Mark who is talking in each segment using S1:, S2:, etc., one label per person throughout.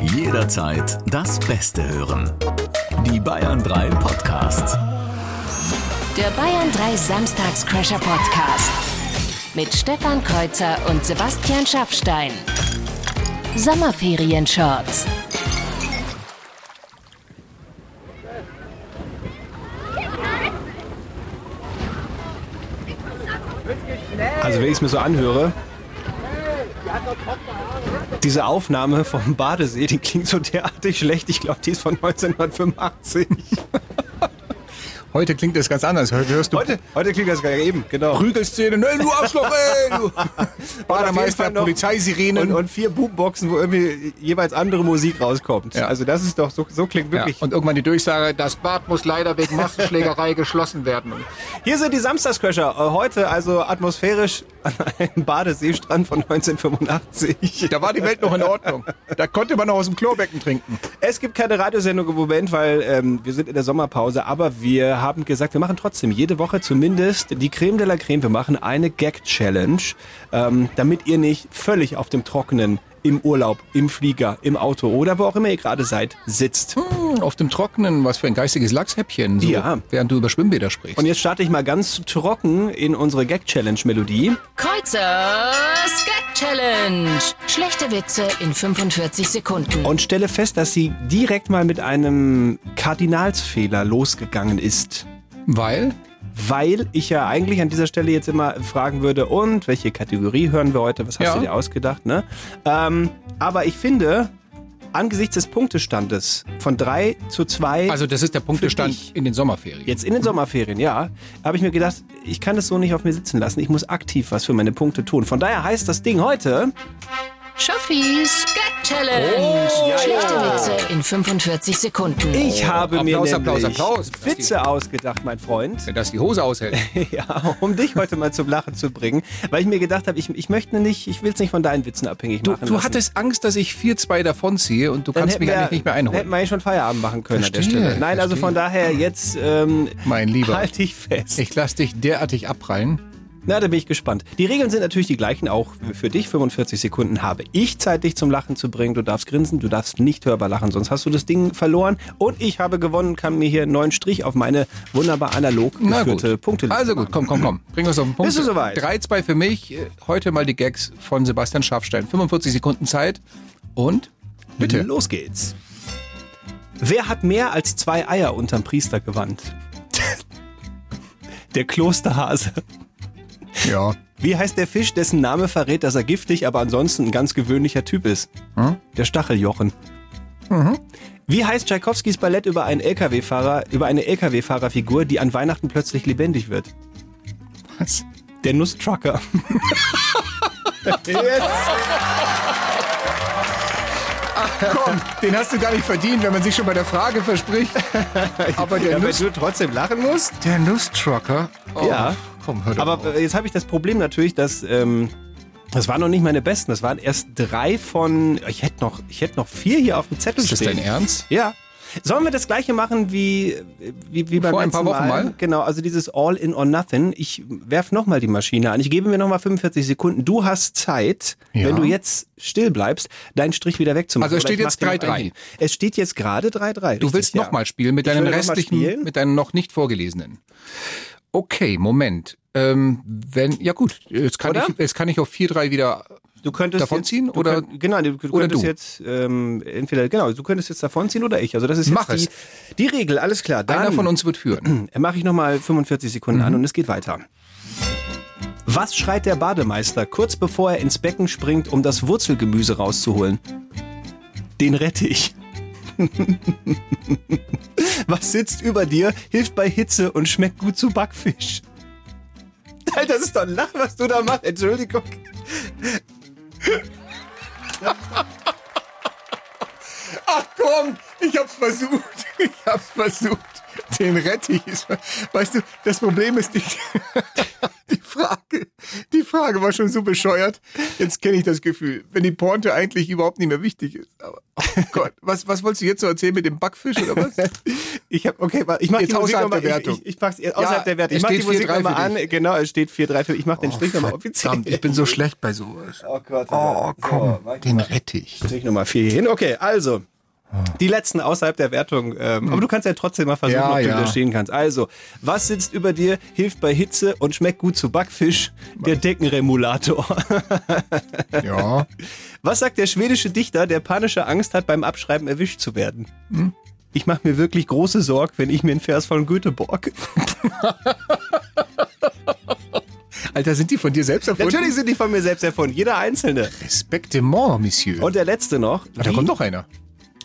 S1: Jederzeit das Beste hören. Die Bayern 3 Podcasts.
S2: Der Bayern 3 Samstagscrasher Podcast mit Stefan Kreuzer und Sebastian Schaffstein. Sommerferien-Shorts.
S3: Also wenn ich es mir so anhöre, diese Aufnahme vom Badesee, die klingt so derartig schlecht. Ich glaube, die ist von 1985.
S4: Heute klingt das ganz anders. Heute hörst du
S3: Heute, heute klingt das gerade eben, genau.
S4: Prügelszene, ne, du Arschloch, ey, du Bademeister,
S3: Und,
S4: Polizeisirenen.
S3: und vier Boomboxen, wo irgendwie jeweils andere Musik rauskommt.
S4: Ja.
S3: Also das ist doch, so, so klingt
S4: ja,
S3: wirklich.
S4: und irgendwann die Durchsage, das Bad muss leider wegen Massenschlägerei geschlossen werden.
S3: Hier sind die Samstagscrasher. Äh, Heute also atmosphärisch an einem Badeseestrand von 1985.
S4: Da war die Welt noch in Ordnung. Da konnte man noch aus dem Klobecken trinken.
S3: Es gibt keine Radiosendung im Moment, weil ähm, wir sind in der Sommerpause, aber wir haben gesagt, wir machen trotzdem jede Woche zumindest die Creme de la Creme. Wir machen eine Gag-Challenge, ähm, damit ihr nicht völlig auf dem Trockenen im Urlaub, im Flieger, im Auto oder wo auch immer ihr gerade seid, sitzt.
S4: Hm, Auf dem Trockenen, was für ein geistiges Lachshäppchen, so,
S3: Ja.
S4: während du über Schwimmbäder sprichst.
S3: Und jetzt starte ich mal ganz trocken in unsere Gag-Challenge-Melodie.
S2: Kreuzers Gag Challenge. Schlechte Witze in 45 Sekunden.
S3: und stelle fest, dass sie direkt mal mit einem Kardinalsfehler losgegangen ist.
S4: Weil?
S3: Weil ich ja eigentlich an dieser Stelle jetzt immer fragen würde, und welche Kategorie hören wir heute? Was hast
S4: Ja.
S3: du dir ausgedacht? Ne? Ähm, aber ich finde, angesichts des Punktestandes von 3 zu 2,
S4: Also das ist der
S3: dich.
S4: Punktestand in den Sommerferien.
S3: jetzt in den Sommerferien, ja, habe ich mir gedacht, ich kann das so nicht auf mir sitzen lassen. Ich muss aktiv was für meine Punkte tun. Von daher heißt das Ding heute,
S2: Schaffis Gag Challenge. Schlechte Witze in 45 Sekunden.
S3: ich habe mir
S4: Oh, Applaus,
S3: nämlich
S4: Applaus, Applaus.
S3: Witze ausgedacht, mein Freund.
S4: Wenn das die Hose aushält.
S3: Ja, um dich heute mal zum Lachen zu bringen, weil ich mir gedacht habe, ich, ich möchte nicht, ich will es nicht von deinen Witzen abhängig
S4: Du,
S3: machen.
S4: du
S3: lassen.
S4: hattest Angst, dass ich 4-2 davonziehe und du
S3: Dann
S4: kannst
S3: hätten
S4: mich
S3: wir-
S4: eigentlich nicht mehr
S3: Hätten
S4: einholen.
S3: wir eigentlich schon Feierabend machen können an der
S4: Verstehe,
S3: Stelle. Nein, also
S4: verstehe.
S3: von daher jetzt ähm,
S4: Mein Lieber,
S3: halt dich fest.
S4: ich lass dich derartig abprallen.
S3: Na, da bin ich gespannt. Die Regeln sind natürlich die gleichen, auch für dich. 45 Sekunden habe ich Zeit, dich zum Lachen zu bringen. Du darfst grinsen, du darfst nicht hörbar lachen, sonst hast du das Ding verloren. Und ich habe gewonnen, und kann mir hier einen neuen Strich auf meine wunderbar analog
S4: Na gut.
S3: geführte Punkte
S4: Also gut, komm, komm, komm. Bring uns auf den Punkt.
S3: Bist du soweit?
S4: 3-2 für mich. Äh, Heute mal die Gags von Sebastian Schafstein. 45 Sekunden Zeit. Und bitte.
S3: Los geht's. Wer hat mehr als zwei Eier unterm Priestergewand? Der Klosterhase.
S4: Ja.
S3: Wie heißt der Fisch, dessen Name verrät, dass er giftig, aber ansonsten ein ganz gewöhnlicher Typ ist? Der Stacheljochen. Wie heißt Tschaikowskis Ballett über einen LKW-Fahrer, über eine LKW-Fahrerfigur, die an Weihnachten plötzlich lebendig wird?
S4: Was?
S3: Der Nusstrucker. yes.
S4: Komm, den hast du gar nicht verdient, wenn man sich schon bei der Frage verspricht. Aber der, Nuss,
S3: du trotzdem lachen musst?
S4: der Nusstrucker. Oh,
S3: Ja.
S4: Komm, hör doch auf.
S3: Aber äh, jetzt habe ich das Problem natürlich, dass ähm, das waren noch nicht meine besten. Das waren erst drei von. Ich hätte noch, ich hätte noch vier hier auf dem Zettel
S4: Ist das
S3: stehen.
S4: dein Ernst?
S3: Ja. Sollen wir das gleiche machen wie, wie, wie beim
S4: Vor ein
S3: letzten
S4: paar Wochen
S3: mal?
S4: mal?
S3: Genau, also dieses All in or Nothing. Ich werf nochmal die Maschine an. Ich gebe mir nochmal 45 Sekunden. Du hast Zeit,
S4: Ja.
S3: wenn du jetzt still bleibst, deinen Strich wieder wegzumachen.
S4: Also es
S3: Oder
S4: steht
S3: ich
S4: jetzt
S3: mach den noch
S4: 3-3.
S3: ein. Es steht jetzt gerade 3-3.
S4: Du willst
S3: ja.
S4: nochmal spielen mit
S3: Ich
S4: deinen
S3: will noch mal
S4: restlichen,
S3: spielen.
S4: mit deinen noch nicht vorgelesenen. Okay, Moment. Ähm, wenn, ja gut, jetzt kann,
S3: Oder?
S4: ich, jetzt kann ich auf 4-3 wieder.
S3: Du könntest
S4: Davonziehen
S3: jetzt, du
S4: oder-
S3: könnt, genau, du, du
S4: oder
S3: könntest
S4: du?
S3: jetzt ähm, entweder genau, du könntest jetzt davonziehen oder ich. Also das ist
S4: Mach
S3: jetzt die, die Regel, alles klar. Dann
S4: Einer von uns wird führen.
S3: mache Äh, ich noch mal 45 Sekunden
S4: Mhm.
S3: an und es geht weiter. Was schreit der Bademeister kurz bevor er ins Becken springt, um das Wurzelgemüse rauszuholen? Den rette ich. Was sitzt über dir, hilft bei Hitze und schmeckt gut zu Backfisch? Alter, das ist doch ein Lach, was du da machst. Entschuldigung.
S4: Ach komm, ich hab's versucht. Ich hab's versucht. Den rette ich. Weißt du, das Problem ist die, die Frage. Die Frage war schon so bescheuert. Jetzt kenne ich das Gefühl, wenn die Pointe eigentlich überhaupt nicht mehr wichtig ist. Aber, oh Gott, was, was wolltest du jetzt so erzählen mit dem Backfisch oder was?
S3: Ich habe okay, warte, ich mache
S4: Jetzt
S3: die Musik
S4: außerhalb
S3: nochmal,
S4: der
S3: ich-
S4: Wertung.
S3: Ich, ich pack's eher außerhalb
S4: Ja,
S3: der Wertung. Ich
S4: es
S3: mach die
S4: steht
S3: Musik
S4: 4-3
S3: nochmal
S4: für
S3: an. Genau, es steht 4-3 für. Ich mach den Strich nochmal offiziell.
S4: Verdammt, ich bin so schlecht bei sowas.
S3: Oh Gott.
S4: Oh, komm,
S3: mach ich
S4: den
S3: mal.
S4: rette ich.
S3: Strich Nummer 4 hier hin. Okay, also. Die letzten außerhalb der Wertung. Ähm, aber du kannst ja trotzdem mal versuchen,
S4: Ja,
S3: ob du
S4: ja.
S3: widerstehen kannst. Also, was sitzt über dir, hilft bei Hitze und schmeckt gut zu Backfisch? Der Deckenremulator.
S4: Ja.
S3: Was sagt der schwedische Dichter, der panische Angst hat, beim Abschreiben erwischt zu werden? Ich mache mir wirklich große Sorg, wenn ich mir einen Vers von Göteborg.
S4: Alter, sind die von dir selbst erfunden?
S3: Natürlich sind die von mir selbst erfunden, jeder einzelne.
S4: Respectement, Monsieur.
S3: Und der letzte noch.
S4: Ah, da
S3: Wie-
S4: kommt noch einer.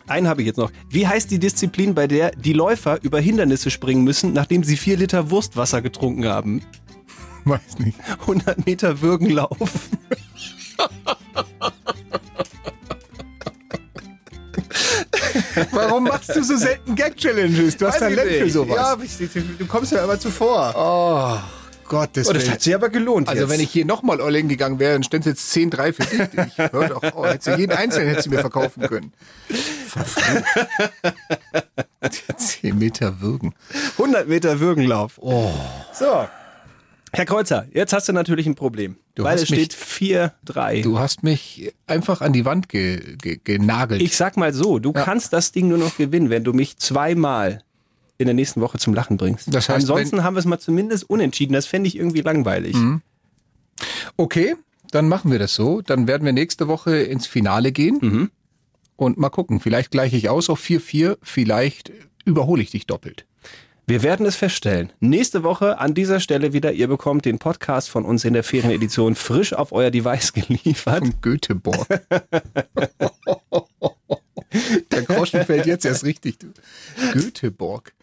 S3: Einen habe ich jetzt noch. Wie heißt die Disziplin, bei der die Läufer über Hindernisse springen müssen, nachdem sie vier Liter Wurstwasser getrunken haben?
S4: Weiß nicht.
S3: 100 Meter Würgenlauf.
S4: Warum machst du so selten Gag-Challenges? Du hast
S3: Weiß ich
S4: Talent für
S3: nicht.
S4: sowas.
S3: Ja, ich- du kommst mir aber zuvor.
S4: Gottes
S3: Oh, das
S4: Willen.
S3: hat sich aber gelohnt.
S4: Also
S3: jetzt.
S4: wenn ich hier nochmal all in gegangen wäre, dann stand jetzt 10-3 für dich. Ich hör doch, oh, hättest du jeden Einzelnen hättest du mir verkaufen können. Verflucht. 10 Meter würgen.
S3: 100 Meter Würgenlauf. Oh. So. Herr Kreuzer, jetzt hast du natürlich ein Problem.
S4: Du
S3: weil
S4: hast
S3: es
S4: mich-
S3: steht 4-3.
S4: Du hast mich einfach an die Wand ge ge genagelt.
S3: Ich sag mal so, du kannst das Ding nur noch gewinnen, wenn du mich zweimal in der nächsten Woche zum Lachen bringst.
S4: Das heißt,
S3: Ansonsten haben wir es mal zumindest unentschieden. Das fände ich irgendwie langweilig.
S4: okay, dann machen wir das so. Dann werden wir nächste Woche ins Finale gehen und mal gucken. Vielleicht gleiche ich aus auf 4-4, vielleicht überhole ich dich doppelt.
S3: Wir werden es feststellen. Nächste Woche an dieser Stelle wieder. Ihr bekommt den Podcast von uns in der Ferienedition frisch auf euer Device geliefert.
S4: Von Göteborg. Der Groschen fällt jetzt erst richtig. du. Göteborg.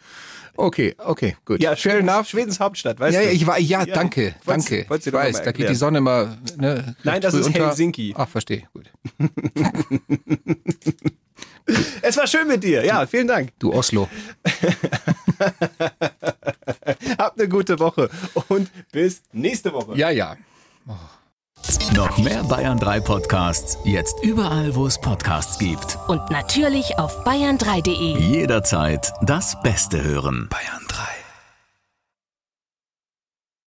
S4: Okay, okay, gut.
S3: Ja, Schweden, Schwedens Hauptstadt, weißt
S4: Ja,
S3: du?
S4: ja, ich war, ja,
S3: Ja,
S4: danke,
S3: wollt's-
S4: danke.
S3: wollt's dir
S4: ich
S3: doch noch
S4: weiß,
S3: mal
S4: da geht
S3: erklären.
S4: die Sonne mal. Ne,
S3: Nein, das
S4: früh
S3: ist
S4: unter.
S3: Helsinki.
S4: Ach, verstehe, gut.
S3: Es war schön mit dir. Ja, vielen Dank.
S4: Du Oslo.
S3: Habt eine gute Woche und bis nächste Woche.
S4: Ja, ja.
S1: Noch mehr Bayern 3 Podcasts jetzt überall, wo es Podcasts gibt.
S2: Und natürlich auf bayern3.de.
S1: Jederzeit das Beste hören. Bayern